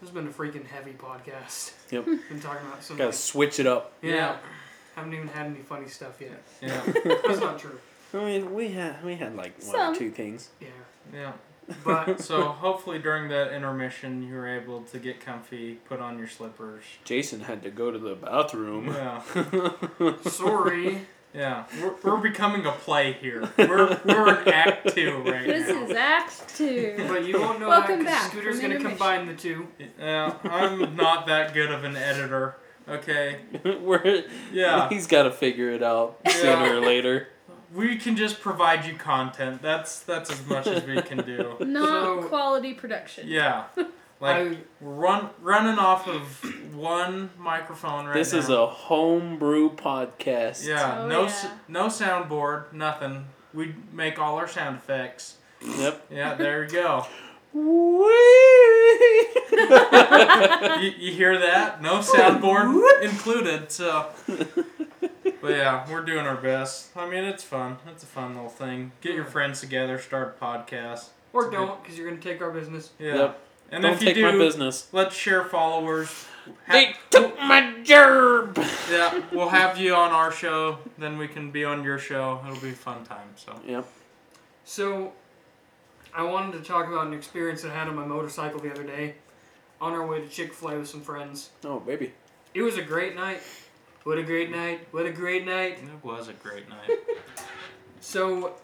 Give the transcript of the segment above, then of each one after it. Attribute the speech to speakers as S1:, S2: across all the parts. S1: This has been a freaking heavy podcast.
S2: Yep.
S1: Been talking about some.
S2: Gotta
S1: Like,
S2: switch it up.
S1: yeah.
S3: Yeah.
S1: Haven't even had any funny stuff yet.
S3: Yeah.
S1: That's not true.
S2: I mean, we had we had like one
S4: Some.
S2: or two things.
S1: Yeah.
S3: Yeah.
S1: But
S3: So hopefully during that intermission you were able to get comfy, put on your slippers.
S2: Jason had to go to the bathroom.
S3: Yeah.
S1: sorry.
S3: Yeah. We're, we're becoming a play here. We're we're in act two right
S4: This
S3: now.
S4: is Act Two.
S1: But you won't know that
S4: Welcome
S1: 'cause
S4: back
S1: Scooter's
S4: from
S1: gonna
S4: intermission.
S1: combine the two.
S3: Yeah, I'm not that good of an editor. Okay.
S2: We're,
S3: Yeah.
S2: He's got to figure it out sooner or later.
S3: We can just provide you content. That's that's as much as we can do.
S4: Not
S1: So-
S4: quality production.
S3: Yeah. Like
S1: I,
S3: we're run running off of one microphone right
S2: this
S3: now.
S2: is a homebrew podcast.
S3: Yeah,
S4: Oh,
S3: no
S4: yeah.
S3: S- no soundboard, nothing. We make all our sound effects.
S2: Yep.
S3: Yeah, there you go. you, you hear that? No soundboard included. So, but yeah, we're doing our best. I mean, it's fun. It's a fun little thing. Get your friends together, start a podcast.
S1: or
S3: It's a
S1: don't, because you're gonna take our business.
S3: Yeah.
S2: Yep.
S3: And
S2: Don't
S3: if you
S2: take
S3: do,
S2: my business.
S3: let's share followers. Ha-
S2: They took my gerb.
S3: yeah, we'll have you on our show. Then we can be on your show. It'll be a fun time. So.
S2: Yep.
S1: So, I wanted to talk about an experience I had on my motorcycle the other day, on our way to Chick Fil A with some friends.
S2: Oh baby.
S1: It was a great night. What a great night. What a great night.
S3: It was a great night.
S1: So,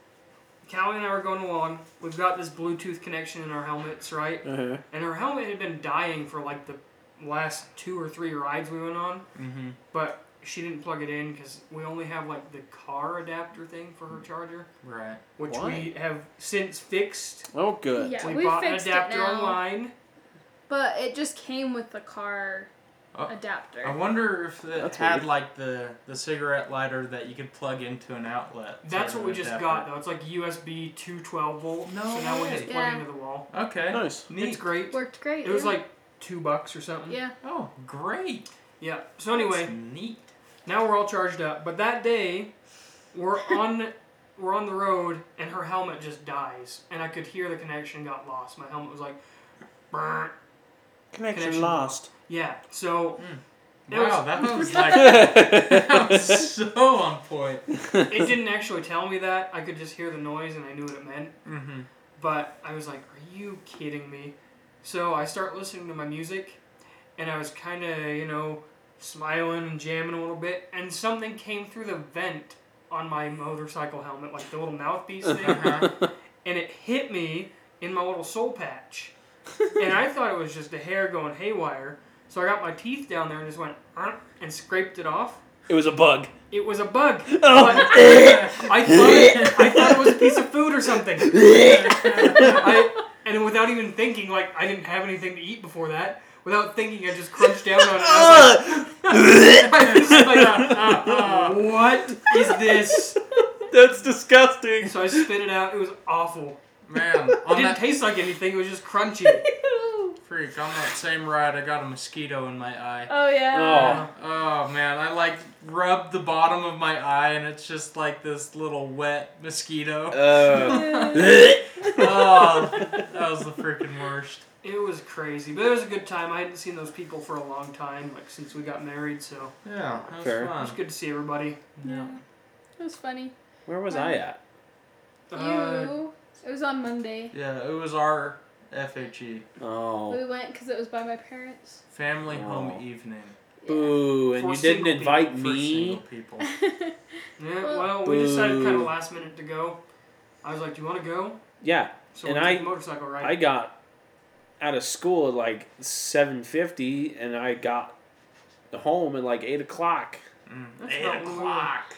S1: Callie and I were going along. We've got this Bluetooth connection in our helmets, right?
S2: Uh huh.
S1: And our helmet had been dying for like the last two or three rides we went on,
S3: Mm-hmm.
S1: but she didn't plug it in because we only have like the car adapter thing for her charger,
S3: Right.
S1: which we
S2: Why?
S1: have since fixed.
S2: Oh good.
S4: Yeah,
S1: we,
S4: we
S1: bought an
S4: fixed it
S1: adapter
S4: now.
S1: online.
S4: But it just came with the car
S3: Oh.
S4: adapter.
S3: I wonder if it
S2: That's
S3: had
S2: weird.
S3: like the, the cigarette lighter that you could plug into an outlet.
S1: That's
S3: sort
S1: what
S3: of
S1: we just
S3: adapter.
S1: got though. It's like USB 212 volt.
S3: No
S1: so now we
S3: way.
S1: just plug
S4: Yeah.
S1: into the wall.
S3: Okay.
S2: Nice.
S3: Neat.
S1: It's great.
S4: Worked great.
S1: It was
S4: yeah.
S1: like two bucks or something.
S4: yeah.
S3: Oh, great.
S1: Yeah. So anyway,
S3: That's neat.
S1: Now we're all charged up, but that day, we're on we're on the road and her helmet just dies, and I could hear the connection got lost. My helmet was like, "Brrr."
S2: Connection,
S1: Connection
S2: lost.
S1: yeah. So It was-
S3: Wow, that was like that was so on point.
S1: it didn't actually tell me that. I could just hear the noise and I knew what it meant.
S3: Mm-hmm.
S1: But I was like, "Are you kidding me?" So I start listening to my music, and I was kind of you know smiling and jamming a little bit, and something came through the vent on my motorcycle helmet, like the little mouthpiece thing. and it hit me in my little soul patch. and I thought it was just a hair going haywire. So I got my teeth down there and just went "Arr," and scraped it off.
S2: It was a bug.
S1: It was a bug. But
S2: Oh.
S1: I, thought, I thought it was a piece of food or something. I, and without even thinking, like, I didn't have anything to eat before that. Without thinking, I just crunched down on it. I was like, I was like, uh, uh, uh, what is this?
S2: That's disgusting.
S1: So I spit it out. It was awful.
S3: Man,
S1: It
S3: on
S1: didn't
S3: that
S1: taste like anything. It was just crunchy.
S3: freak, on that same ride, I got a mosquito in my eye.
S4: Oh yeah.
S3: Oh man, I like rubbed the bottom of my eye, and it's just like this little wet mosquito.
S2: Uh.
S3: oh, that was the freaking worst.
S1: It was crazy, but it was a good time. I hadn't seen those people for a long time, like since we got married, so
S3: Yeah, that was
S2: Fair.
S1: it
S3: fun.
S1: was good to see everybody.
S3: Yeah.
S4: It was funny.
S2: Where was I at?
S1: Uh,
S4: you. It was on Monday.
S3: Yeah, it was our E. FHE
S2: Oh.
S4: We went because it was by my parents.
S3: family
S2: Oh.
S3: home evening
S4: Yeah.
S2: Boo!
S1: For
S2: And you didn't
S1: single
S2: invite
S3: for single
S2: me.
S3: people.
S1: yeah,
S4: Well-
S1: well, we decided kind of
S2: Boo.
S1: last minute to go. I was like, "Do you want to go?"
S2: Yeah,
S1: So
S2: And
S1: we
S2: I-
S1: took a motorcycle
S2: I
S1: ride.
S2: got out of school at like seven fifty, and I got home at like eight o'clock.
S3: Mm.
S1: That's
S3: Eight
S1: about when we were-
S3: o'clock.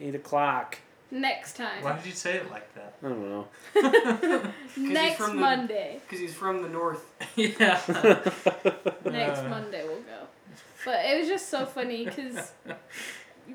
S2: Eight o'clock.
S4: Next time.
S3: Why did you say it like that?
S2: I don't know.
S4: Next
S1: from the-
S4: Monday.
S1: Because he's from the north.
S3: yeah.
S4: Next
S3: Uh.
S4: Monday we'll go. But it was just so funny because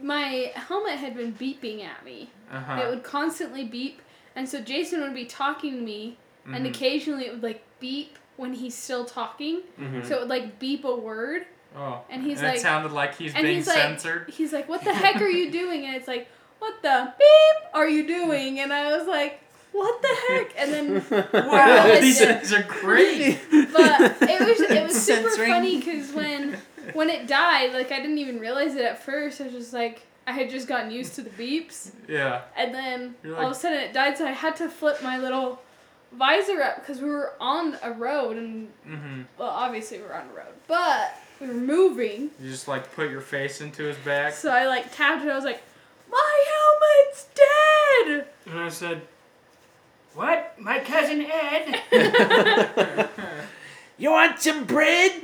S4: my helmet had been beeping at me. It
S3: Uh-huh.
S4: would constantly beep, and so Jason would be talking to me, and
S3: Mhm.
S4: occasionally it would like beep when he's still talking.
S3: Mm-hmm.
S4: So it would like beep a word,
S3: Oh.
S4: and he's
S3: and
S4: like,
S3: it sounded like he's
S4: and
S3: being
S4: he's like-
S3: censored.
S4: he's like, "What the heck are you doing?" And it's like, "What the beep are you doing?" And I was like, what the heck? And then,
S1: Wow,
S4: but
S3: these
S4: then-
S3: things are great.
S4: but it was it was super
S5: Censoring.
S4: funny because when when it died, like I didn't even realize it at first. I was just like, I had just gotten used to the beeps,
S3: Yeah.
S4: and then
S3: You're
S4: all of
S3: like-
S4: a sudden it died. So I had to flip my little visor up because we were on a road, and
S3: Mm-hmm.
S4: well, obviously we were on a road, but we were moving.
S3: You just like put your face into his back.
S4: So I like tapped it. I was like, my helmet's dead.
S1: And I said, What? My cousin Ed?
S2: You want some bread?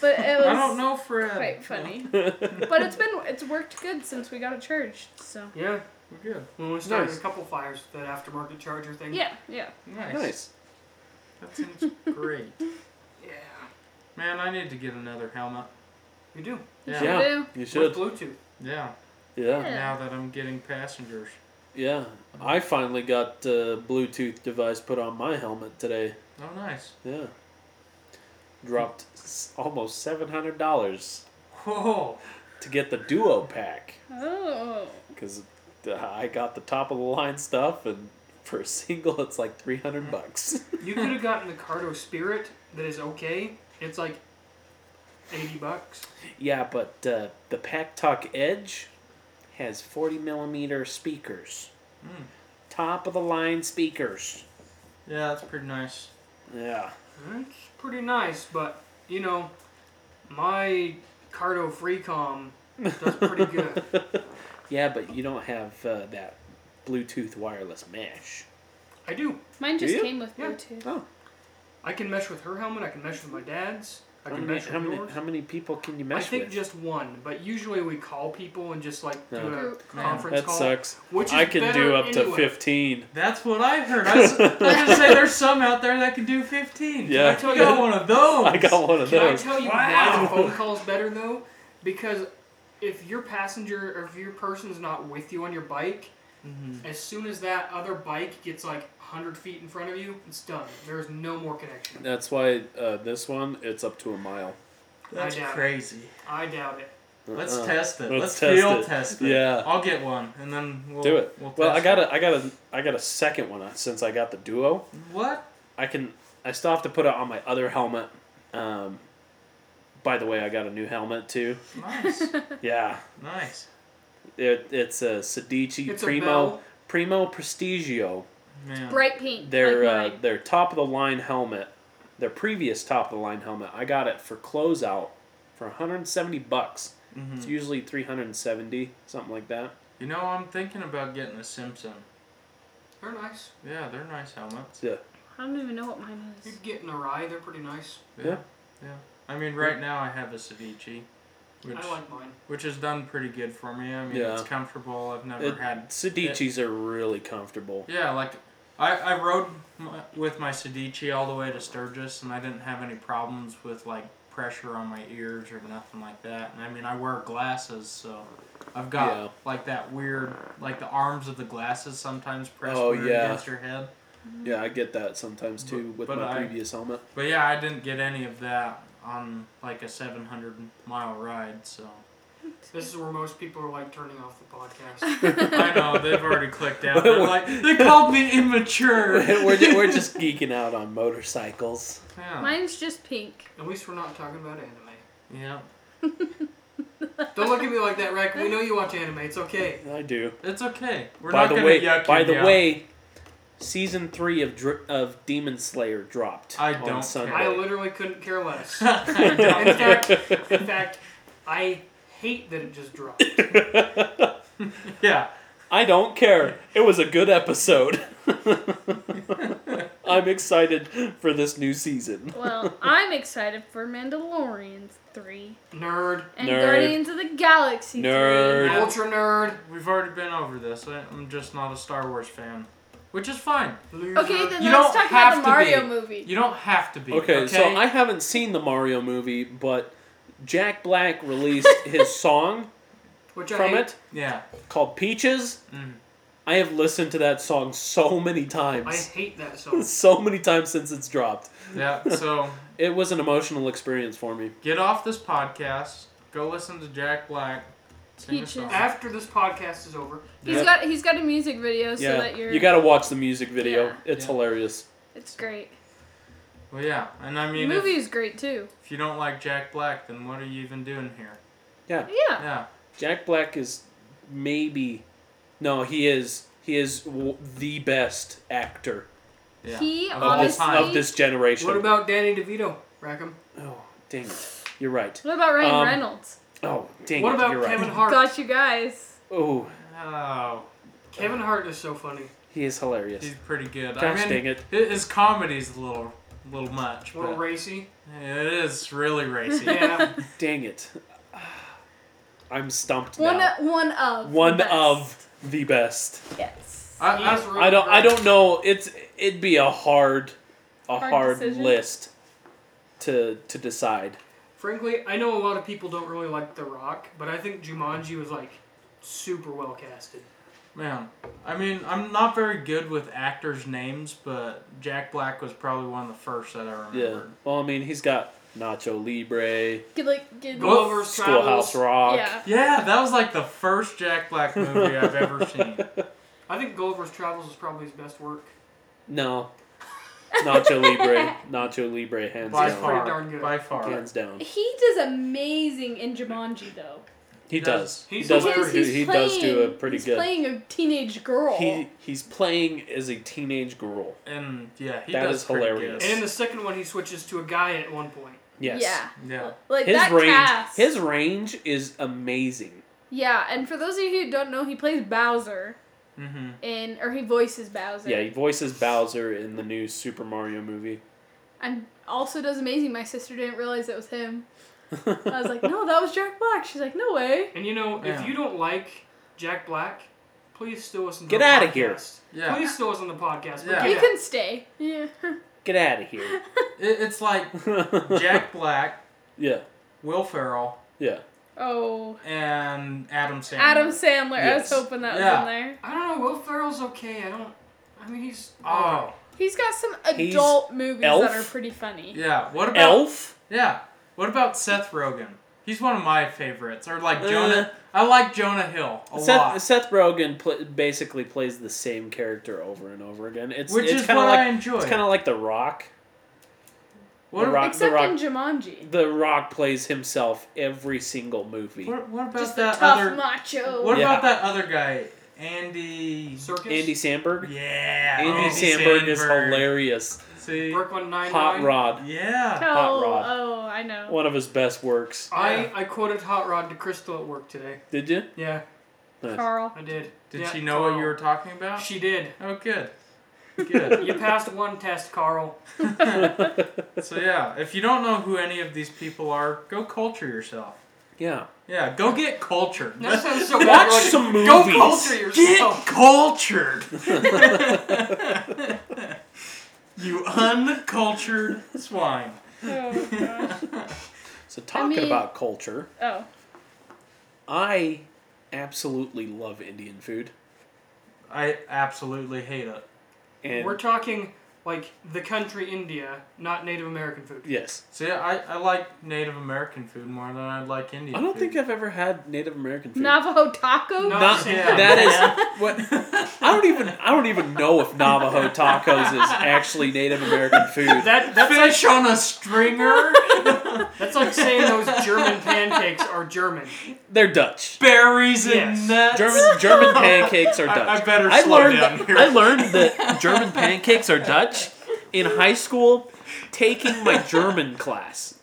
S4: But it was
S3: I don't know, Fred.
S4: quite funny. but it's been it's worked good since we got it charged. So
S1: yeah.
S3: We're good.
S1: Well, we started
S2: Nice.
S1: a couple fires with that aftermarket charger thing.
S4: yeah, yeah.
S3: Nice.
S2: nice.
S3: That sounds great.
S1: Yeah.
S3: Man, I need to get another helmet.
S1: We do.
S3: Yeah.
S2: Yeah.
S4: Do.
S2: You
S1: With
S2: should.
S1: Bluetooth.
S3: Yeah.
S2: Yeah.
S3: Now that I'm getting passengers.
S2: Yeah. I finally got the Bluetooth device put on my helmet today.
S3: Oh, nice.
S2: Yeah. Dropped s- almost seven hundred dollars
S3: Whoa.
S2: to get the Duo Pack
S4: Oh.
S2: because I got the top of the line stuff, and for a single, it's like three hundred bucks.
S1: You could have gotten the Cardo Spirit that is okay. It's like 80 bucks.
S2: yeah, but uh, the Pack Tuck Edge has forty millimeter speakers,
S3: Mm.
S2: top of the line speakers.
S3: Yeah, that's pretty nice.
S2: Yeah.
S1: That's pretty nice, but, you know, my Cardo Freecom does pretty good.
S2: Yeah, but you don't have uh, that Bluetooth wireless mesh.
S1: I do.
S4: Mine
S2: Do
S4: just
S2: you?
S4: came with
S1: Yeah.
S4: Bluetooth.
S2: Oh,
S1: I can mesh with her helmet. I can mesh with my dad's. I
S2: how
S1: can
S2: many,
S1: mesh with
S2: how,
S1: yours.
S2: many, how many people can you
S1: I
S2: mesh
S1: think
S2: with?
S1: just one, but usually we call people and just like do
S2: No.
S1: a
S4: Group.
S1: conference
S2: that
S1: call.
S2: sucks.
S1: Which is
S2: I can
S1: better
S2: do up to
S1: anyway.
S2: 15.
S3: That's what I heard. I was, I was gonna say there's some out there that can do 15.
S2: Yeah.
S1: I tell
S3: You
S1: you,
S3: got one of those.
S2: I got one of
S1: can I
S2: those.
S1: tell you why
S3: Wow.
S1: the phone call is better though? Because if your passenger or if your person's not with you on your bike,
S3: Mhm.
S1: as soon as that other bike gets like 100 feet in front of you, it's done. There's no more connection.
S2: That's why uh, this one, it's up to a mile.
S3: That's
S1: I doubt it.
S3: crazy.
S1: I doubt it.
S3: Let's
S2: Uh,
S3: test it. Let's,
S2: let's test
S3: field
S2: it.
S3: test it.
S2: Yeah.
S3: I'll get one and then we'll
S2: do it.
S3: We'll,
S2: Well, I
S3: test
S2: got
S3: it.
S2: a, I got a, I got a second one uh, since I got the duo.
S3: What?
S2: I can. I still have to put it on my other helmet. Um, by the way, I got a new helmet too.
S3: Nice.
S2: Yeah,
S3: nice.
S2: it, it's a Sedici
S1: It's a
S2: Primo
S1: bell.
S2: Primo Prestigio.
S3: Man.
S4: Bright pink.
S2: their
S4: like
S2: uh,
S4: mine.
S2: their top of the line helmet, their previous top of the line helmet. I got it for closeout for 170 bucks.
S3: Mhm.
S2: It's usually 370, something like that.
S3: You know, I'm thinking about getting a Simpson.
S1: They're nice.
S3: Yeah, they're nice helmets.
S4: I don't even know what mine
S1: You're
S4: is.
S1: getting a rye. They're pretty nice.
S2: Yeah.
S3: Yeah. I mean, right now I have a Ceviche, which
S1: I like mine.
S3: which has done pretty good for me. I mean,
S2: Yeah.
S3: it's comfortable. I've never
S2: It,
S3: had.
S2: Sedicis are really comfortable.
S3: Yeah, like I I rode my, with my Ceviche all the way to Sturgis, and I didn't have any problems with like pressure on my ears or nothing like that. And I mean, I wear glasses, so. I've got
S2: Yeah.
S3: like that weird, like the arms of the glasses sometimes press
S2: Oh,
S3: weird
S2: yeah.
S3: against your head.
S2: Yeah, I get that sometimes too
S3: But-
S2: with
S3: but
S2: my
S3: I-
S2: previous helmet.
S3: But yeah, I didn't get any of that on like a 700 mile ride, so.
S1: This is where most people are like turning off the podcast.
S3: I know, they've already clicked out. They're like, they called me immature.
S2: we're, ju- we're just geeking out on motorcycles.
S3: Yeah.
S4: Mine's just pink.
S1: At least we're not talking about anime.
S3: yeah.
S1: Don't look at me like that, Rack. We know you watch anime. It's okay.
S2: I do.
S3: It's okay. We're
S2: by
S3: not
S2: the
S3: gonna
S2: way,
S3: yuck
S2: by
S3: you
S2: the
S3: down.
S2: way, season three of Dr- of Demon Slayer dropped
S3: I
S2: on
S3: don't
S2: Sunday.
S1: I literally couldn't care less.
S3: I
S1: In
S3: don't-
S1: fact, in fact, I hate that it just dropped.
S3: yeah.
S2: I don't care. It was a good episode. I'm excited for this new season.
S4: Well, I'm excited for Mandalorians three
S1: Nerd.
S4: and
S2: Nerd.
S4: Guardians of the Galaxy
S2: Nerd.
S4: three.
S1: Ultra nerd.
S3: We've already been over this. I, I'm just not a Star Wars fan, which is fine.
S1: Loser.
S4: Okay, then
S3: You don't
S4: let's talk
S3: have
S4: about the
S3: to
S4: Mario
S3: be.
S4: movie.
S3: You don't have to be.
S2: Okay, so I haven't seen the Mario movie, but Jack Black released his song
S1: Which I
S2: from
S1: hate.
S2: it
S3: Yeah.
S2: called Peaches.
S3: Mm.
S2: I have listened to that song so many
S1: I
S2: times.
S1: hate that song.
S2: So many times since it's dropped.
S3: Yeah, so
S2: It was an emotional experience for me.
S3: get off this podcast. Go listen to Jack Black Sing a
S4: Peaches.
S3: song.
S1: After this podcast is over,
S4: He's
S2: Yeah.
S4: got he's got a music video so
S2: yeah,
S4: that you're
S2: you got to watch the music video.
S4: Yeah.
S2: It's
S3: Yeah.
S2: hilarious.
S4: it's great.
S3: Well, yeah, and I
S4: The
S3: mean,
S4: movie
S3: if,
S4: is great too.
S3: if you don't like Jack Black, then what are you even doing here?
S2: Yeah,
S4: Yeah.
S3: Yeah,
S2: Jack Black is maybe, no, he is he is w- the best actor
S3: yeah.
S4: He
S3: Of all
S2: of this
S4: Honestly-
S2: of this generation.
S1: what about Danny DeVito, Rackham?
S2: oh, dang it, you're right.
S4: What about Ryan
S2: Um,
S4: Reynolds?
S2: Oh, dang
S1: What
S2: it,
S1: about
S2: you're right.
S1: Kevin Hart?
S4: Got you guys.
S2: Oh,
S3: Oh,
S1: Kevin Hart is so funny.
S2: he is hilarious.
S3: he's pretty good.
S2: Gosh
S3: I mean,
S2: dang it.
S3: hi- his comedy's a little, little much,
S1: A little
S3: but
S1: racy.
S3: it is really racy.
S1: Yeah.
S2: Dang it. I'm stumped
S4: One
S2: now.
S4: o- one of the
S2: One
S4: best.
S2: of the best.
S4: yes.
S3: I,
S1: He is
S3: I,
S1: really
S2: I don't I
S1: great.
S2: don't know. It's it'd be a hard a
S4: Hard
S2: hard,
S4: decision?
S2: list to to decide.
S1: Frankly, I know a lot of people don't really like The Rock, but I think Jumanji was like super well casted.
S3: man, I mean, I'm not very good with actors' names, but Jack Black was probably one of the first that I
S2: Yeah.
S3: remembered.
S2: Well, I mean, he's got Nacho Libre,
S4: Get like get
S3: Go-
S1: Gulliver's
S2: Schoolhouse
S1: Travels.
S2: Rock.
S4: yeah.
S3: Yeah, that was like the first Jack Black movie I've ever seen.
S1: I think Gulliver's Travels is probably his best work.
S2: No. Nacho Libre. Nacho Libre hands
S3: By
S2: down.
S1: pretty
S3: far,
S1: darn good.
S3: by far.
S2: Hands down.
S4: He does amazing in Jumanji though.
S2: He
S3: does.
S2: does.
S1: He's
S2: he does
S1: hilarious.
S2: do,
S4: he's
S2: he
S4: playing,
S2: does do a pretty
S4: he's
S2: good.
S4: playing a teenage girl.
S2: He he's playing as a teenage girl.
S3: And yeah, he
S2: That
S3: does
S2: is
S3: pretty
S2: hilarious.
S1: And in
S3: Good.
S1: the second one, he switches to a guy at one point.
S2: Yes.
S4: Yeah.
S3: Yeah.
S4: Like
S2: His
S4: that
S2: range
S4: cast.
S2: his range is amazing.
S4: Yeah, and for those of you who don't know, he plays Bowser
S3: Mm-hmm.
S4: in or he voices Bowser.
S2: Yeah, he voices Bowser in the new Super Mario movie.
S4: And also does amazing. My sister didn't realize that was him. I was like, no, that was Jack Black. She's like, no way.
S1: And you know,
S3: Yeah.
S1: if you don't like Jack Black, please still listen. To
S2: Get
S1: the
S2: outta
S1: podcast.
S2: here.
S3: Yeah.
S1: Please still listen to the podcast. but
S3: Yeah.
S1: get
S4: You
S1: out.
S4: can stay. Yeah.
S2: Get out of here.
S3: It, it's like Jack Black,
S2: Yeah,
S3: Will Ferrell,
S2: yeah.
S4: Oh.
S3: and Adam Sandler.
S4: Adam Sandler. I was
S2: Yes.
S4: hoping that
S3: Yeah.
S4: was in there.
S1: I don't know. Will Ferrell's okay. I don't. I mean, he's. uh,
S3: Oh,
S4: He's got some
S2: He's
S4: adult movies
S2: Elf.
S4: that are pretty funny.
S3: yeah. What about
S2: Elf?
S3: yeah? What about Seth Rogen? He's one of my favorites. Or like
S2: Uh,
S3: Jonah. I like Jonah Hill a lot,
S2: Seth, Seth Rogen pl- basically plays the same character over and over again. It's
S3: which
S2: it's
S3: is
S2: kind
S3: what
S2: of
S3: I
S2: like
S3: enjoy.
S2: it's kind of like The Rock.
S3: what,
S2: The Rock-
S4: Except
S2: Rock.
S4: in Jumanji.
S2: The Rock plays himself every single movie.
S3: what, what about
S4: Just the
S3: that
S4: tough
S3: other?
S4: macho.
S3: What
S2: Yeah.
S3: about that other guy, Andy?
S1: Circus.
S2: Andy Samberg.
S3: Yeah, Oh,
S2: Andy Samberg, is hilarious.
S3: See,
S1: Work one nine
S2: Hot
S1: nine.
S2: Rod,
S3: yeah.
S4: Oh,
S2: Hot Rod.
S4: oh, I know.
S2: one of his best works.
S1: I
S3: Yeah.
S1: I quoted Hot Rod to Crystal at work today.
S2: Did you?
S1: Yeah,
S2: Nice.
S4: Carl.
S1: I did.
S3: Did
S1: Yeah,
S3: she know what
S1: Carl.
S3: you were talking about?
S1: She did.
S3: oh, good, good.
S1: You passed one test, Carl.
S3: So yeah, if you don't know who any of these people are, go culture yourself.
S2: yeah.
S3: Yeah, go get cultured.
S1: That sounds so bad.
S2: Watch
S1: Like,
S2: some
S1: Go
S2: movies.
S1: culture yourself.
S3: Get cultured. you uncultured swine.
S4: Oh, gosh.
S2: So talking
S4: mean-
S2: about culture,
S4: Oh.
S2: I absolutely love Indian food.
S3: I absolutely hate it.
S2: And
S1: We're talking like the country India, not Native American food.
S2: yes.
S3: See, I, I like Native American food more than I like Indian.
S2: I don't
S3: food.
S2: think I've ever had Native American food.
S4: Navajo
S1: No.
S4: taco?
S2: Not-
S1: Yeah.
S2: that is what I don't even I don't even know if Navajo tacos is actually Native American food.
S1: That that's like,
S3: fish on a stringer,
S1: that's like saying those German pancakes are German.
S2: They're Dutch.
S3: berries and
S1: Yes.
S3: nuts.
S2: German German pancakes are
S3: I-
S2: Dutch.
S3: I better slow
S2: learned
S3: down
S2: that-
S3: here.
S2: I learned that German pancakes are Dutch in high school taking my German class.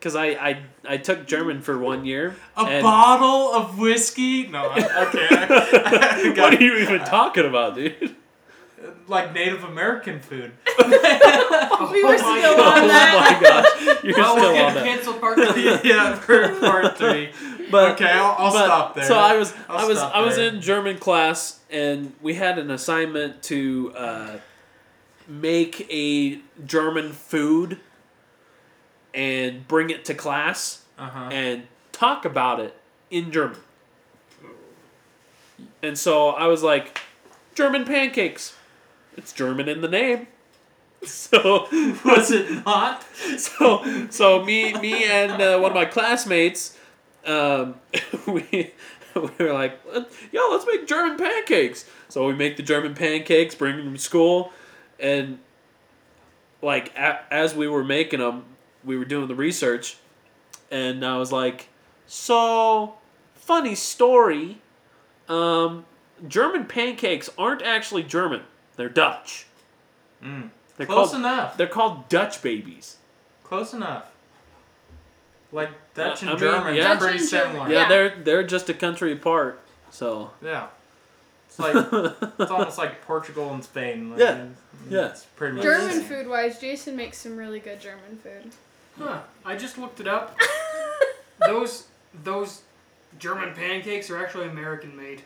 S2: Cuz I, I I took German for 1 year.
S3: A
S2: and-
S3: bottle of whiskey. No, I- okay. I, I got
S2: What are you even talking about, dude?
S3: like Native American food.
S4: we were
S1: my
S4: still
S1: God.
S4: on
S2: Oh
S4: that.
S2: my gosh. You're
S1: Well,
S2: still
S1: we're
S2: on
S1: gonna
S2: that.
S1: cancel part three.
S3: yeah, for part three.
S2: But
S3: Okay, I'll, I'll
S2: But-
S3: stop there.
S2: So I was i
S3: I'll
S2: was
S3: stop
S2: I was
S3: there.
S2: in German class and we had an assignment to uh, make a German food and bring it to class
S3: Uh-huh.
S2: and talk about it in German. And so I was like, German pancakes. It's German in the name. So
S3: Was it not?
S2: so so me me and uh, one of my classmates um, we, we were like, yo, let's make German pancakes. So we make the German pancakes, bring them to school, and like a, as we were making them, we were doing the research, and I was like, so funny story. Um, German pancakes aren't actually German; they're Dutch.
S3: Mm.
S2: They're
S3: Close
S2: called
S3: enough.
S2: they're called Dutch babies.
S3: Close enough. Like Dutch and
S2: I mean,
S3: German,
S2: yeah.
S3: pretty
S4: Dutch and German.
S3: similar.
S2: Yeah,
S4: Yeah.
S2: they're they're just a country apart. So
S3: Yeah. It's like it's almost like Portugal and Spain. Like,
S2: Yeah.
S3: it's-
S2: Yeah.
S3: It's pretty much the
S4: German
S3: same.
S4: food wise, Jason makes some really good German food.
S1: Huh. I just looked it up. those those German pancakes are actually American made,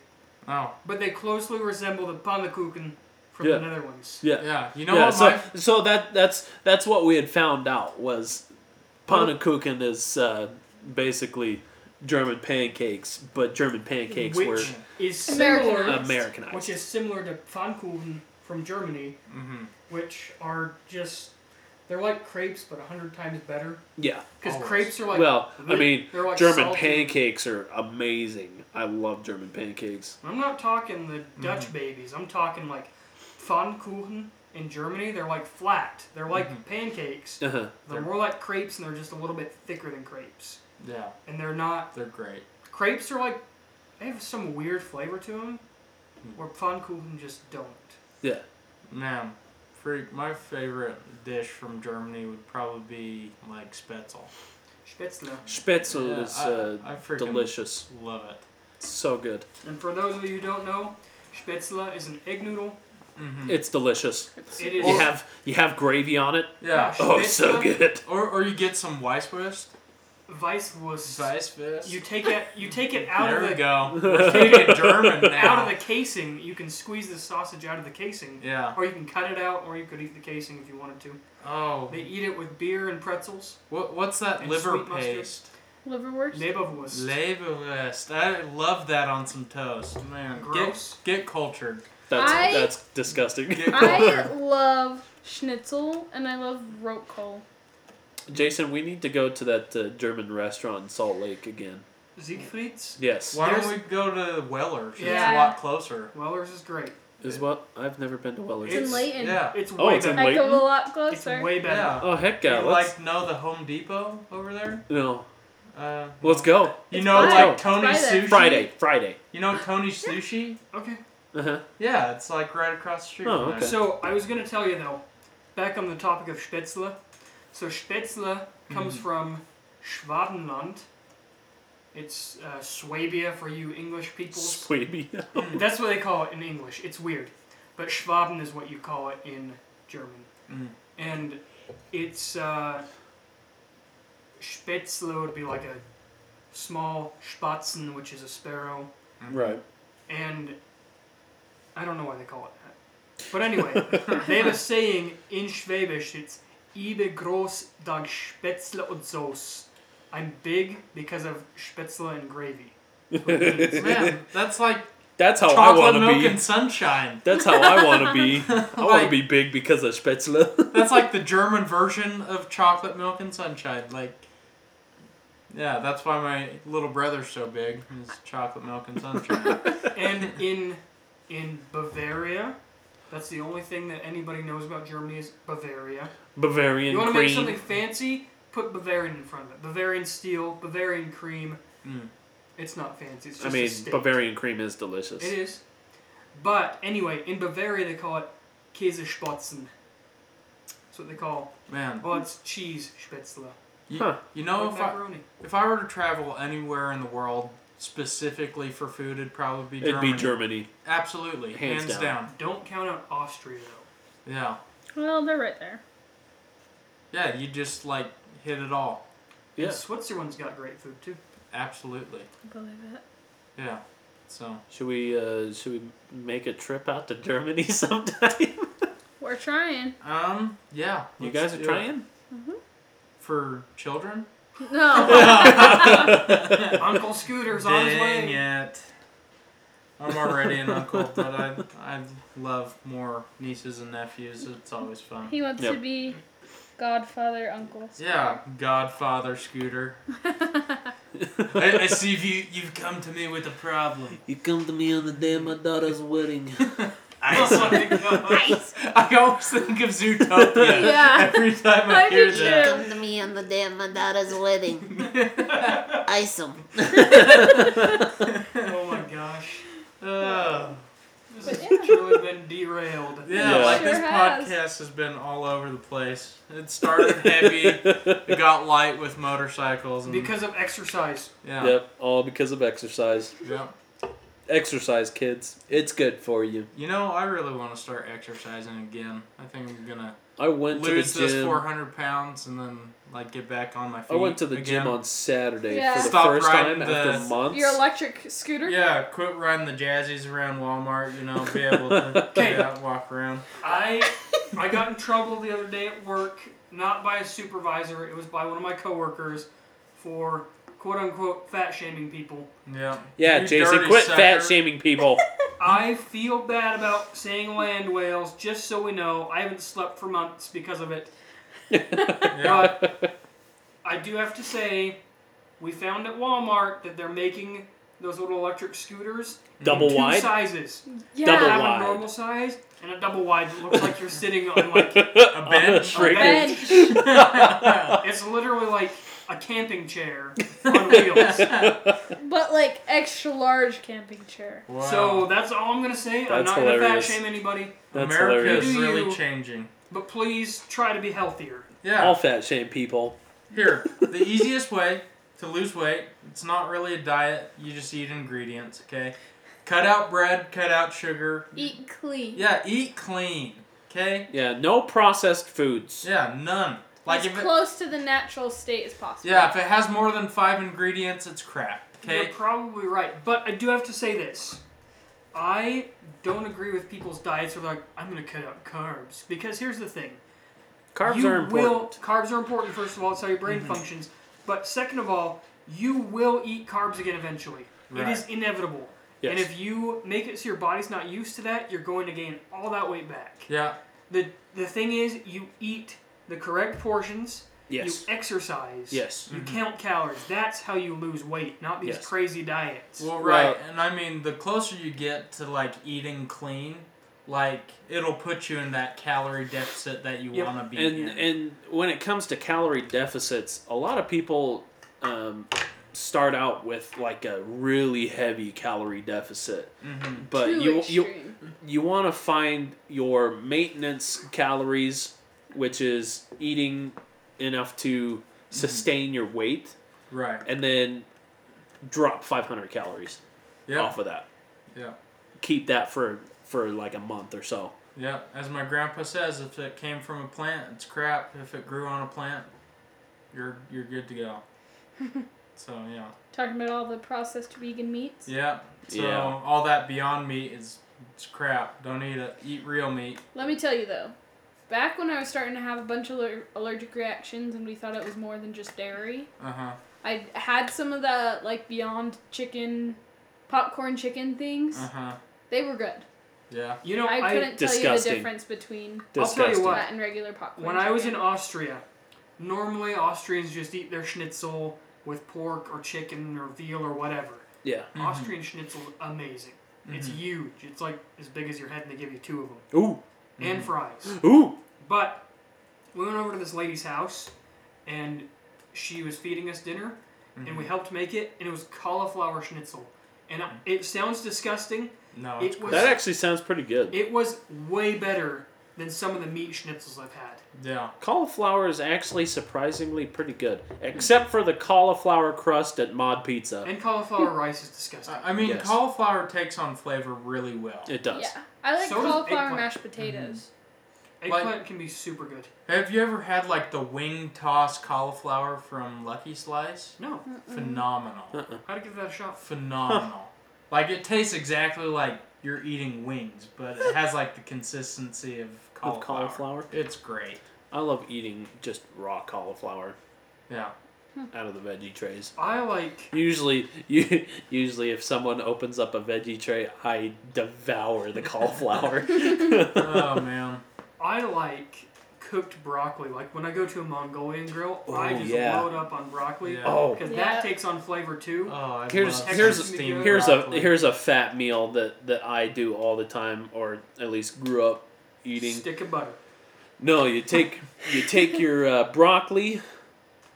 S3: Oh.
S1: but they closely resemble the pannekuchen from
S2: Yeah.
S1: the Netherlands.
S2: yeah,
S3: Yeah. You know
S2: yeah.
S3: what
S2: So
S3: my
S2: so that that's that's what we had found out was pannekuchen is uh, basically German pancakes, but German pancakes
S1: which
S2: were Uh,
S1: is similar,
S4: Americanized.
S2: Americanized.
S1: which is similar to pfannkuchen from Germany,
S3: Mhm.
S1: which are just they're like crepes but a hundred times better
S2: yeah.
S1: because
S3: Always.
S1: crepes are like
S2: Well, I mean,
S1: they're like
S2: German
S1: salty.
S2: pancakes are amazing. I love German pancakes.
S1: I'm not talking the
S3: Mm-hmm.
S1: Dutch babies. I'm talking like Pfannkuchen in Germany. They're like flat. They're like
S3: Mhm.
S1: pancakes.
S2: Uh-huh.
S1: They're more like crepes, and they're just a little bit thicker than crepes.
S3: Yeah.
S1: And they're not.
S3: They're great.
S1: Crepes are like they have some weird flavor to them,
S3: Mm.
S1: where Pfannkuchen just don't.
S2: Yeah.
S3: Man, freak. My favorite dish from Germany would probably be like Spätzle.
S1: Spätzle.
S2: Spätzle
S3: Yeah,
S2: is uh,
S3: I, I freaking
S2: delicious.
S3: Love it.
S2: So good.
S1: And for those of you who don't know, Spätzle is an egg noodle.
S3: Mm-hmm.
S2: It's delicious.
S1: It is.
S2: You have you have gravy on it.
S3: yeah.
S2: Oh, so
S1: Spätzle,
S2: good.
S3: Or or you get some Weisswurst.
S1: Weisswurst.
S3: Weisswurst.
S1: You take it. You take it out
S3: there
S1: of
S3: we
S1: the
S3: go. We're speaking German now.
S1: out of the casing. You can squeeze the sausage out of the casing.
S3: yeah.
S1: Or you can cut it out, or you could eat the casing if you wanted to.
S3: Oh.
S1: They eat it with beer and pretzels.
S3: What what's that
S1: And
S3: liver
S1: sweet mustard.
S3: paste?
S4: Liverwurst.
S1: Leberwurst.
S3: Leberwurst. I love that on some toast. Man,
S1: Gross.
S3: Get, get cultured.
S2: That's
S4: I-
S2: that's disgusting.
S3: Get
S4: I
S3: cultured.
S4: love schnitzel and I love rotkohl.
S2: Jason, we need to go to that uh, German restaurant in Salt Lake again.
S1: Siegfried's.
S2: Yes.
S3: Why don't
S1: There's-
S3: we go to Weller's? It's a
S1: Yeah.
S3: lot closer.
S1: Weller's is great.
S2: Is what I've never been to
S4: It's,
S2: Weller's.
S1: It's-
S4: in Layton.
S3: Yeah.
S1: It's way
S2: Oh, it's in
S1: better.
S4: I
S2: Layton?
S4: come a lot
S1: It's
S4: closer.
S1: way better.
S3: Yeah.
S2: Oh heck yeah!
S3: you
S2: Let's,
S3: like know the Home Depot over there?
S2: no,
S3: Uh,
S2: let's go.
S3: You
S4: It's
S3: know
S2: Friday.
S3: like Tony's
S4: Friday.
S3: sushi.
S2: Friday, Friday.
S3: You know Tony's sushi?
S1: Okay.
S2: Uh huh.
S3: Yeah, it's like right across the street.
S2: Oh,
S3: from there.
S2: okay.
S1: So I was gonna tell you though, back on the topic of Spätzle. So Spätzle comes from Schwabenland. It's uh, Swabia for you English people.
S2: Sweetie.
S1: That's what they call it in English. It's weird, but Schwaben is what you call it in German.
S3: Mm.
S1: And it's uh, Spätzle would be like a small Spatzen, which is a sparrow.
S2: right.
S1: And I don't know why they call it that. But anyway, they have a saying in Schwäbisch. It's "Ibe groß dank Spätzle und Sauce." I'm big because of Spätzle and gravy.
S3: Man, that's like
S2: That's how Oh, I
S3: chocolate
S2: want
S3: milk
S2: to be.
S3: and sunshine.
S2: That's how I want to be. I want to
S3: Like-
S2: be big because of Spätzle.
S3: That's like the German version of chocolate milk and sunshine. Like, yeah, that's why my little brother's so big. Is chocolate milk and sunshine.
S1: and in in Bavaria, that's the only thing that anybody knows about Germany is Bavaria.
S2: Bavarian
S1: you want to make
S2: cream.
S1: something fancy? Put Bavarian in front of it. Bavarian steel, Bavarian cream.
S3: Mm.
S1: It's not fancy. It's
S2: I
S1: just a
S2: mean,
S1: steak.
S2: Bavarian cream is delicious.
S1: It is. But anyway, in Bavaria they call it Käsespatzen. That's what they call.
S3: Man,
S1: Well, it's cheese spätzle.
S3: you,
S2: Huh.
S3: you know
S1: Like
S3: if I,
S1: macaroni.
S3: if I were to travel anywhere in the world specifically for food, it'd probably be
S2: It'd
S3: Germany.
S2: be Germany.
S3: Absolutely,
S2: Hands
S3: hands,
S2: down.
S3: down.
S1: Don't count out Austria though.
S3: Yeah,
S4: Well, they're right there.
S3: yeah, you just like hit it all.
S1: Yeah.
S2: Yeah.
S1: Switzerland's got great food too.
S3: Absolutely,
S4: I believe it.
S3: yeah. So
S2: Should we uh, should we make a trip out to Germany sometime?
S4: We're trying.
S3: um, yeah,
S2: you
S3: let's
S2: guys are
S3: do it.
S2: trying?
S3: for children.
S4: No.
S1: Uncle Scooter's on his
S3: Dang
S1: way.
S3: it. I'm already an uncle, but I I love more nieces and nephews. It's always fun.
S4: he wants to
S2: Yep.
S4: be godfather, uncle.
S3: Yeah, Godfather Scooter. I, I see if you you've come to me with a problem.
S2: You come to me on the day of my daughter's wedding.
S3: I
S1: Oh
S3: also think of,
S4: Ice.
S3: I always think of Zootopia
S4: Yeah.
S3: every time I,
S4: I do
S3: hear that.
S4: too.
S5: Come to me on the day of my daughter's wedding. Ice 'em.
S1: Oh my gosh.
S3: Uh,
S1: This
S4: But
S1: has
S4: yeah.
S1: truly been derailed.
S3: yeah,
S2: Yeah.
S3: like
S4: Sure
S3: this
S4: has.
S3: podcast has been all over the place. It started heavy, it got light with motorcycles, and
S1: Because of exercise.
S3: yeah,
S2: Yep, all because of exercise.
S3: yeah.
S2: Exercise, kids. It's good for you.
S3: You know, I really want to start exercising again. I think I'm gonna
S2: I went
S3: lose
S2: to the
S3: this
S2: gym.
S3: 400 pounds and then like get back on my feet.
S2: I went to the
S3: again.
S2: gym on Saturday
S4: Yeah.
S2: for the
S3: Stop
S2: first time
S3: riding
S2: after
S3: the-
S2: months.
S4: Your electric scooter.
S3: Yeah, quit riding the jazzies around Walmart. You know, be able to
S1: Okay.
S3: get out, walk around.
S1: I I got in trouble the other day at work, not by a supervisor, it was by one of my coworkers for quote unquote fat shaming people.
S3: Yeah.
S2: yeah,
S3: You
S2: Jason,
S3: dirty
S2: quit
S3: sucker.
S2: fat shaming people.
S1: I feel bad about saying land whales, just so we know. I haven't slept for months because of it.
S3: Yeah.
S1: But I do have to say, we found at Walmart that they're making those little electric scooters
S2: Double
S3: Mm,
S1: two
S2: wide.
S1: sizes.
S4: Yeah.
S1: I
S2: Double
S1: have
S2: wide.
S1: a normal size and a double wide that looks like you're sitting on like
S3: A
S2: On the
S3: bench.
S1: a
S2: trigger.
S1: bench.
S4: Bench.
S1: It's literally like a camping chair on wheels.
S4: But like extra large camping chair.
S3: Wow.
S1: So that's all I'm gonna say. I'm
S2: That's
S1: not gonna fat
S2: hilarious.
S1: shame anybody,
S2: That's
S3: America
S2: hilarious.
S3: is
S1: Do
S3: really
S1: you-
S3: changing.
S1: but please try to be healthier.
S3: Yeah.
S2: All fat shame people.
S3: Here, the easiest way to lose weight, it's not really a diet, you just eat ingredients, okay? Cut out bread, cut out sugar.
S4: Eat clean.
S3: Yeah, eat clean, okay?
S2: Yeah, no processed foods.
S3: Yeah, none. Like
S4: as
S3: if it,
S4: close to the natural state as possible.
S3: yeah, if it has more than five ingredients, it's crap,
S1: You're
S3: okay?
S1: probably right, but I do have to say this. I don't agree with people's diets who are like, I'm gonna cut out carbs. Because here's the thing.
S2: Carbs
S1: you
S2: are important. Mm-hmm.
S1: Will, carbs are important, first of all, it's how your brain functions. But second of all, you will eat carbs again eventually. It is
S3: Right.
S1: inevitable.
S2: Yes.
S1: And if you make it so your body's not used to that, you're going to gain all that weight back.
S3: Yeah,
S1: The the thing is you eat the correct portions,
S2: yes.
S1: you exercise.
S2: yes.
S1: You count calories. That's how you lose weight, not these
S2: Yes.
S1: crazy diets.
S3: well, right.
S2: Well-
S3: and I mean, the closer you get to like eating clean, like it'll put you in that calorie deficit that you
S1: Yep.
S3: want to be
S2: and
S3: in.
S2: and when it comes to calorie deficits, a lot of people um, start out with like a really heavy calorie deficit,
S3: Mhm.
S2: but
S4: Too
S2: you you
S4: extreme.
S2: you want to find your maintenance calories, which is eating enough
S1: Mm-hmm.
S2: to sustain your weight,
S3: Right.
S2: and then drop 500 calories
S3: Yeah.
S2: off of that.
S3: Yeah.
S2: Keep that for for like a month or so.
S3: Yeah, as my grandpa says, if it came from a plant, it's crap. If it grew on a plant, you're you're good to go. so yeah,
S4: Talking about all the processed vegan meats.
S3: yeah. So
S2: Yeah.
S3: all that Beyond Meat is it's crap. Don't eat it. Eat real meat.
S4: Let me tell you though, back when I was starting to have a bunch of aller- allergic reactions and we thought it was more than just dairy,
S3: Uh huh.
S4: I had some of the like Beyond Chicken, popcorn chicken things.
S1: Uh-huh.
S3: Uh huh.
S4: They were good.
S3: Yeah.
S1: You know,
S4: I couldn't tell you the
S2: Disgusting.
S4: difference between
S1: I'll tell you
S2: Disgusting.
S1: what.
S4: that and regular popcorn.
S1: When I was in
S4: chicken.
S1: Austria, normally Austrians just eat their schnitzel with pork or chicken or veal or whatever.
S2: Yeah.
S1: Austrian schnitzel's amazing. It's huge. It's like as big as your head, and they give you two of them
S2: Ooh.
S1: and fries.
S2: Ooh.
S1: But we went over to this lady's house, and she was feeding us dinner, and we helped make it, and it was cauliflower schnitzel. And I- it sounds disgusting.
S3: No, it's
S1: It
S3: crap.
S1: was
S2: That actually sounds pretty good.
S1: it was way better than some of the meat schnitzels I've had.
S3: Yeah.
S2: Cauliflower is actually surprisingly pretty good, except for the cauliflower crust at Mod Pizza.
S1: And cauliflower rice is disgusting.
S3: I I mean,
S2: Yes.
S3: cauliflower takes on flavor really well.
S2: It does.
S4: Yeah, I like
S1: So does Mm-hmm.
S4: cauliflower
S1: eggplant.
S4: mashed potatoes.
S1: Eggplant can be super good.
S3: Have you ever had like the wing toss cauliflower from Lucky Slice?
S1: No,
S3: Phenomenal.
S1: how to give that a shot?
S3: phenomenal. like it tastes exactly like you're eating wings, but it has like the consistency of cauliflower.
S2: cauliflower?
S3: It's great.
S2: I love eating just raw cauliflower
S3: Yeah.
S2: out of the veggie trays.
S1: I like.
S2: Usually, you, usually if someone opens up a veggie tray, I devour the cauliflower.
S3: Oh man.
S1: I like cooked broccoli. Like when I go to a Mongolian grill, I
S2: Oh,
S1: just
S2: yeah.
S1: load up on broccoli
S3: Yeah.
S2: Oh, Uh,
S1: because
S4: Yeah.
S1: that takes on flavor too.
S3: Oh, I
S2: Here's-
S3: love
S2: here's-
S3: some steamed
S2: here's a
S3: broccoli.
S2: here's a fat meal that that I do all the time, or at least grew up eating.
S1: Stick of butter.
S2: No, you take you take your uh, broccoli,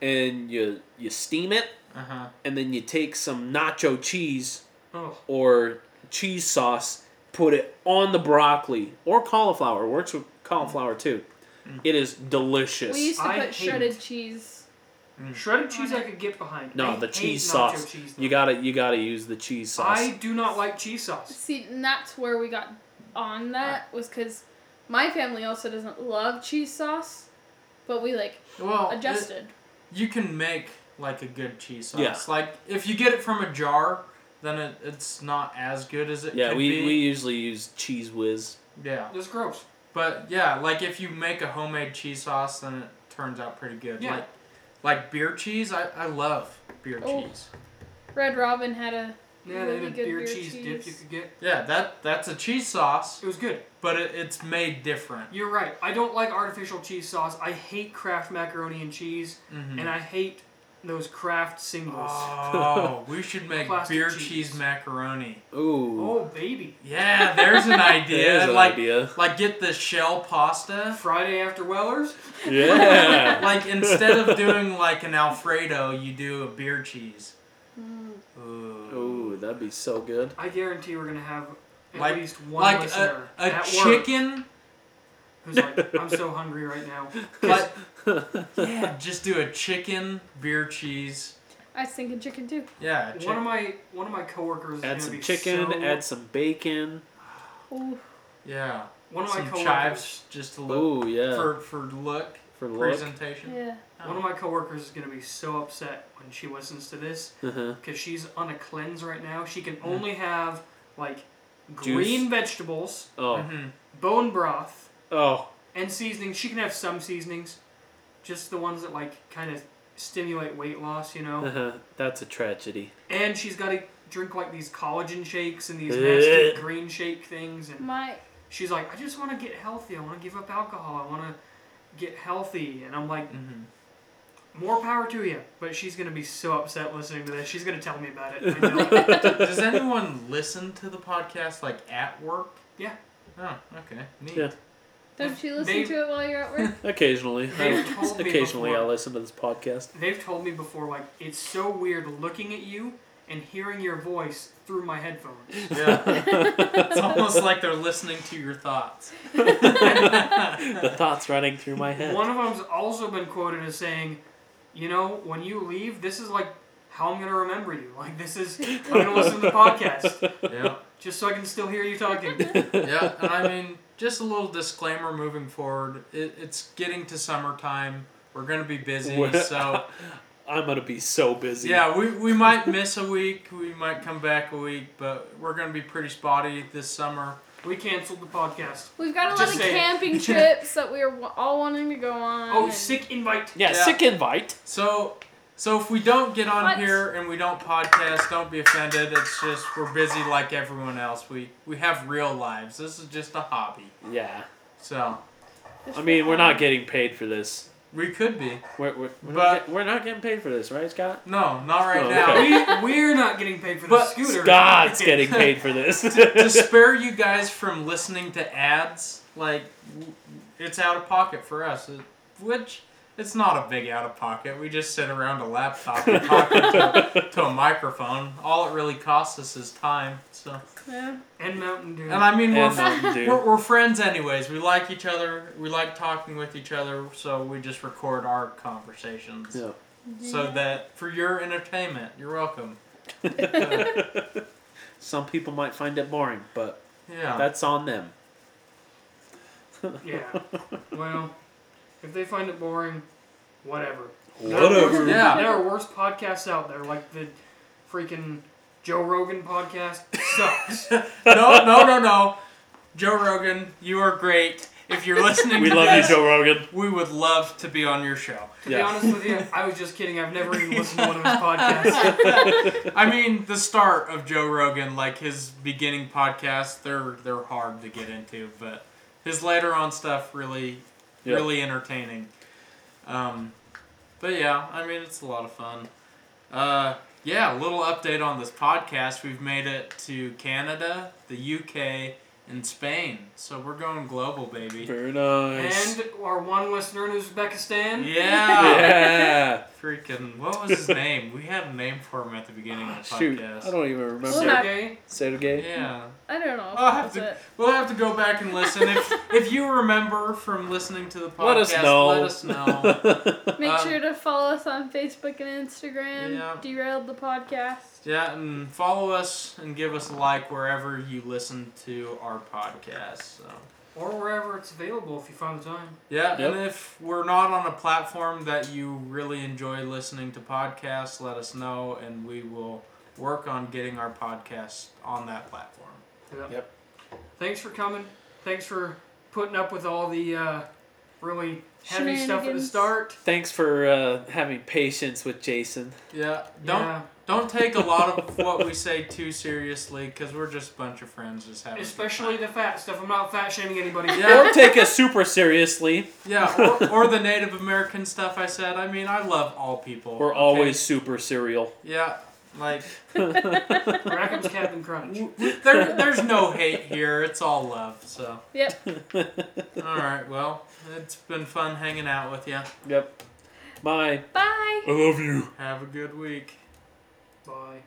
S2: and you you steam it,
S3: Uh-huh.
S2: and then you take some nacho cheese
S1: Oh,
S2: or cheese sauce, put it on the broccoli or cauliflower. It Works with cauliflower too. It is delicious.
S4: We used to
S1: I
S4: put shredded
S1: hate-
S4: cheese. Mm.
S1: shredded cheese
S4: Uh-huh.
S1: I could get behind.
S2: no,
S1: I
S2: the
S1: hate
S2: cheese
S1: nacho
S2: sauce.
S1: cheese, though.
S2: you gotta you gotta use the cheese sauce.
S1: I do not like cheese sauce.
S4: See, and that's where we got on
S1: Uh-huh.
S4: that was because my family also doesn't love cheese sauce, but we like
S1: Oh,
S3: Well, it-
S4: adjusted.
S3: you can make like a good cheese sauce.
S2: Yeah.
S3: Like if you get it from a jar, then it, it's not as good as it
S2: yeah,
S3: could
S2: we,
S3: be.
S2: we usually use cheese whiz.
S3: yeah.
S1: That's gross.
S3: But yeah, like if you make a homemade cheese sauce, then it turns out pretty good.
S1: Yeah.
S3: Like like beer cheese, I, I love beer
S4: Oh.
S3: cheese.
S4: Red Robin had a
S1: Yeah,
S4: Really
S1: they had a
S4: good
S1: beer
S4: beer
S1: cheese, dip you
S4: cheese.
S1: could get.
S3: Yeah, that that's a cheese sauce,
S1: It was good.
S3: but it, it's made different.
S1: You're right. I don't like artificial cheese sauce. I hate Kraft macaroni and cheese,
S2: Mm.
S3: Mhm.
S1: and I hate those Kraft singles.
S2: Ah.
S3: Oh, we should make
S1: Plastic
S3: beer
S1: cheese.
S3: cheese macaroni.
S2: Ooh,
S1: oh baby!
S3: Yeah, there's an idea.
S2: there's an
S3: like
S2: idea.
S3: like get the shell pasta.
S1: Friday after Weller's.
S2: Yeah.
S3: like instead of doing like an Alfredo, you do a beer cheese. Ooh.
S2: Ooh, that'd be so good.
S1: I guarantee we're gonna have at
S3: Like-
S1: least one
S3: Like a,
S1: listener
S3: a
S1: at work
S3: chicken.
S1: who's like, "I'm so hungry right now."
S3: Like, yeah, just do a chicken beer cheese.
S4: I was thinking chicken too.
S3: Yeah, a
S1: One of
S3: chick-
S1: my one of my coworkers is
S2: Add
S1: gonna
S2: some
S1: be
S2: chicken,
S1: so-
S2: add some bacon.
S4: Ooh,
S3: yeah.
S1: one of my
S3: Some
S1: coworkers.
S3: chives, just a little
S2: Ooh, yeah. For,
S3: for for look
S2: look.
S3: presentation.
S4: yeah.
S1: One of my coworkers is gonna be so upset when she listens to this
S2: Uh-huh.
S1: because she's on a cleanse right now. She can
S3: Hmm.
S1: only have like
S2: Juice.
S1: green vegetables,
S2: Oh.
S3: Mhm.
S1: bone broth,
S2: Oh.
S1: and seasonings. She can have some seasonings, just the ones that like kind of stimulate weight loss, you know.
S2: Uh-huh. That's a tragedy.
S1: and she's got to drink like these collagen shakes and these
S2: Ugh.
S1: nasty green shake things and
S4: My
S1: she's like i just want to get healthy i want to give up alcohol i want to get healthy and i'm like
S3: Mhm.
S1: more power to you but she's going to be so upset listening to this she's going to tell me about it I know.
S3: Does anyone listen to the podcast like at work?
S1: Yeah.
S3: Oh, okay. Neat.
S2: Yeah.
S4: don't you listen
S1: They-
S4: to it while you're at work?
S2: Occasionally.
S1: They've told me
S2: Occasionally
S1: before.
S2: I listen to this podcast.
S1: they've told me before like it's so weird looking at you and hearing your voice through my headphones
S3: Yeah. it's almost like they're listening to your thoughts.
S2: The thoughts running through my head.
S1: One of them's also been quoted as saying, "You know, when you leave, this is like how I'm gonna remember you. Like this is I'm gonna listen to the podcast
S3: Yeah.
S1: just so I can still hear you talking."
S3: yeah, and I mean, just a little disclaimer moving forward. It, it's getting to summertime. We're gonna be busy,
S2: We're-
S3: so
S2: I'm gonna be so busy.
S3: yeah, we, we might miss a week. We might come back a week, but we're gonna be pretty spotty this summer.
S1: We canceled the podcast.
S4: We've got a lot
S1: Just
S4: of
S1: saying.
S4: camping trips that we are wa- all wanting to go on.
S1: Oh,
S4: and-
S1: sick invite.
S2: Yeah,
S3: Yeah.
S2: sick invite.
S3: So, so if we don't get on
S4: What?
S3: here and we don't podcast, don't be offended. It's just we're busy like everyone else. We we have real lives. This is just a hobby.
S2: Yeah.
S3: So
S2: I mean, we're not getting paid for this.
S3: we could be.
S2: We're, we're, we're,
S3: But-
S2: not, get, we're not getting paid for this, right, Scott?
S3: No, not right
S2: Oh,
S3: now.
S2: okay.
S1: We we're not getting paid for the
S3: But
S1: scooter.
S2: Scott's getting paid for this.
S3: to spare you guys from listening to ads, like w- it's out of pocket for us, it- which it's not a big out of pocket. We just sit around a laptop and talk to, to a microphone. All it really costs us is time. So,
S4: Yeah.
S1: and Mountain Dew.
S3: and I mean, we're,
S2: And uh, Mountain Dew.
S3: we're, we're friends anyways. We like each other. We like talking with each other. So we just record our conversations.
S2: Yeah.
S3: So that for your entertainment, you're welcome.
S2: Some people might find it boring, but
S3: Yeah.
S2: that's on them.
S1: yeah. Well, if they find it boring, whatever.
S2: Whatever.
S3: Yeah.
S1: There are worse podcasts out there, like the freaking Joe Rogan podcast sucks.
S3: no, no, no, no. Joe Rogan, you are great. If you're listening,
S2: We
S3: to
S2: love you,
S3: this,
S2: Joe Rogan.
S3: We would love to be on your show.
S1: To be
S2: Yeah.
S1: honest with you, I was just kidding. I've never even listened to one of his podcasts.
S3: I mean, the start of Joe Rogan, like his beginning podcasts, they're they're hard to get into, but his later on stuff really
S2: Yeah.
S3: really entertaining. Um, but yeah, I mean it's a lot of fun. Uh, yeah, little update on this podcast. We've made it to Canada, the UK, and Spain. So we're going global, baby.
S2: Very nice.
S1: And uh, our one listener in Uzbekistan.
S3: Yeah.
S2: yeah.
S3: Freaking, what was his name? We had a name for him at the beginning of the podcast.
S2: Shoot, I don't even remember.
S4: Well, not-
S1: Sergey.
S2: Sergey.
S3: Yeah.
S4: I don't know. If
S3: I'll have
S4: that's
S3: to,
S4: it.
S3: we'll have to go back and listen. If, if you remember from listening to the podcast,
S2: Let us know.
S3: Let us know.
S4: Make
S3: Um,
S4: sure to follow us on Facebook and Instagram.
S3: Yeah.
S4: Derailed the podcast.
S3: yeah, and follow us and give us a like wherever you listen to our podcast. So.
S1: Or wherever it's available if you find the time.
S3: Yeah,
S2: Yep.
S3: and if we're not on a platform that you really enjoy listening to podcasts, let us know, and we will work on getting our podcast on that platform.
S1: Yeah.
S2: Yep.
S1: Thanks for coming. Thanks for putting up with all the uh, really heavy stuff at the
S4: Shenanigans.
S1: start.
S2: Thanks for uh, having patience with Jason.
S3: Yeah, don't
S1: Yeah.
S3: don't take a lot of what we say too seriously, because we're just a bunch of friends just having. a good
S1: Especially the fat stuff. I'm not fat shaming anybody.
S3: Yeah.
S2: Don't take us super seriously.
S3: Yeah, or, or the Native American stuff I said. I mean, I love all people.
S2: We're
S3: okay?
S2: always super serial.
S3: Yeah, like
S1: Rackham's Captain Crunch.
S3: there, there's no hate here. It's all love. So,
S4: Yep.
S3: all right. Well, it's been fun hanging out with you.
S2: Yep. Bye.
S4: Bye.
S2: I love you.
S3: Have a good week.
S1: Bye.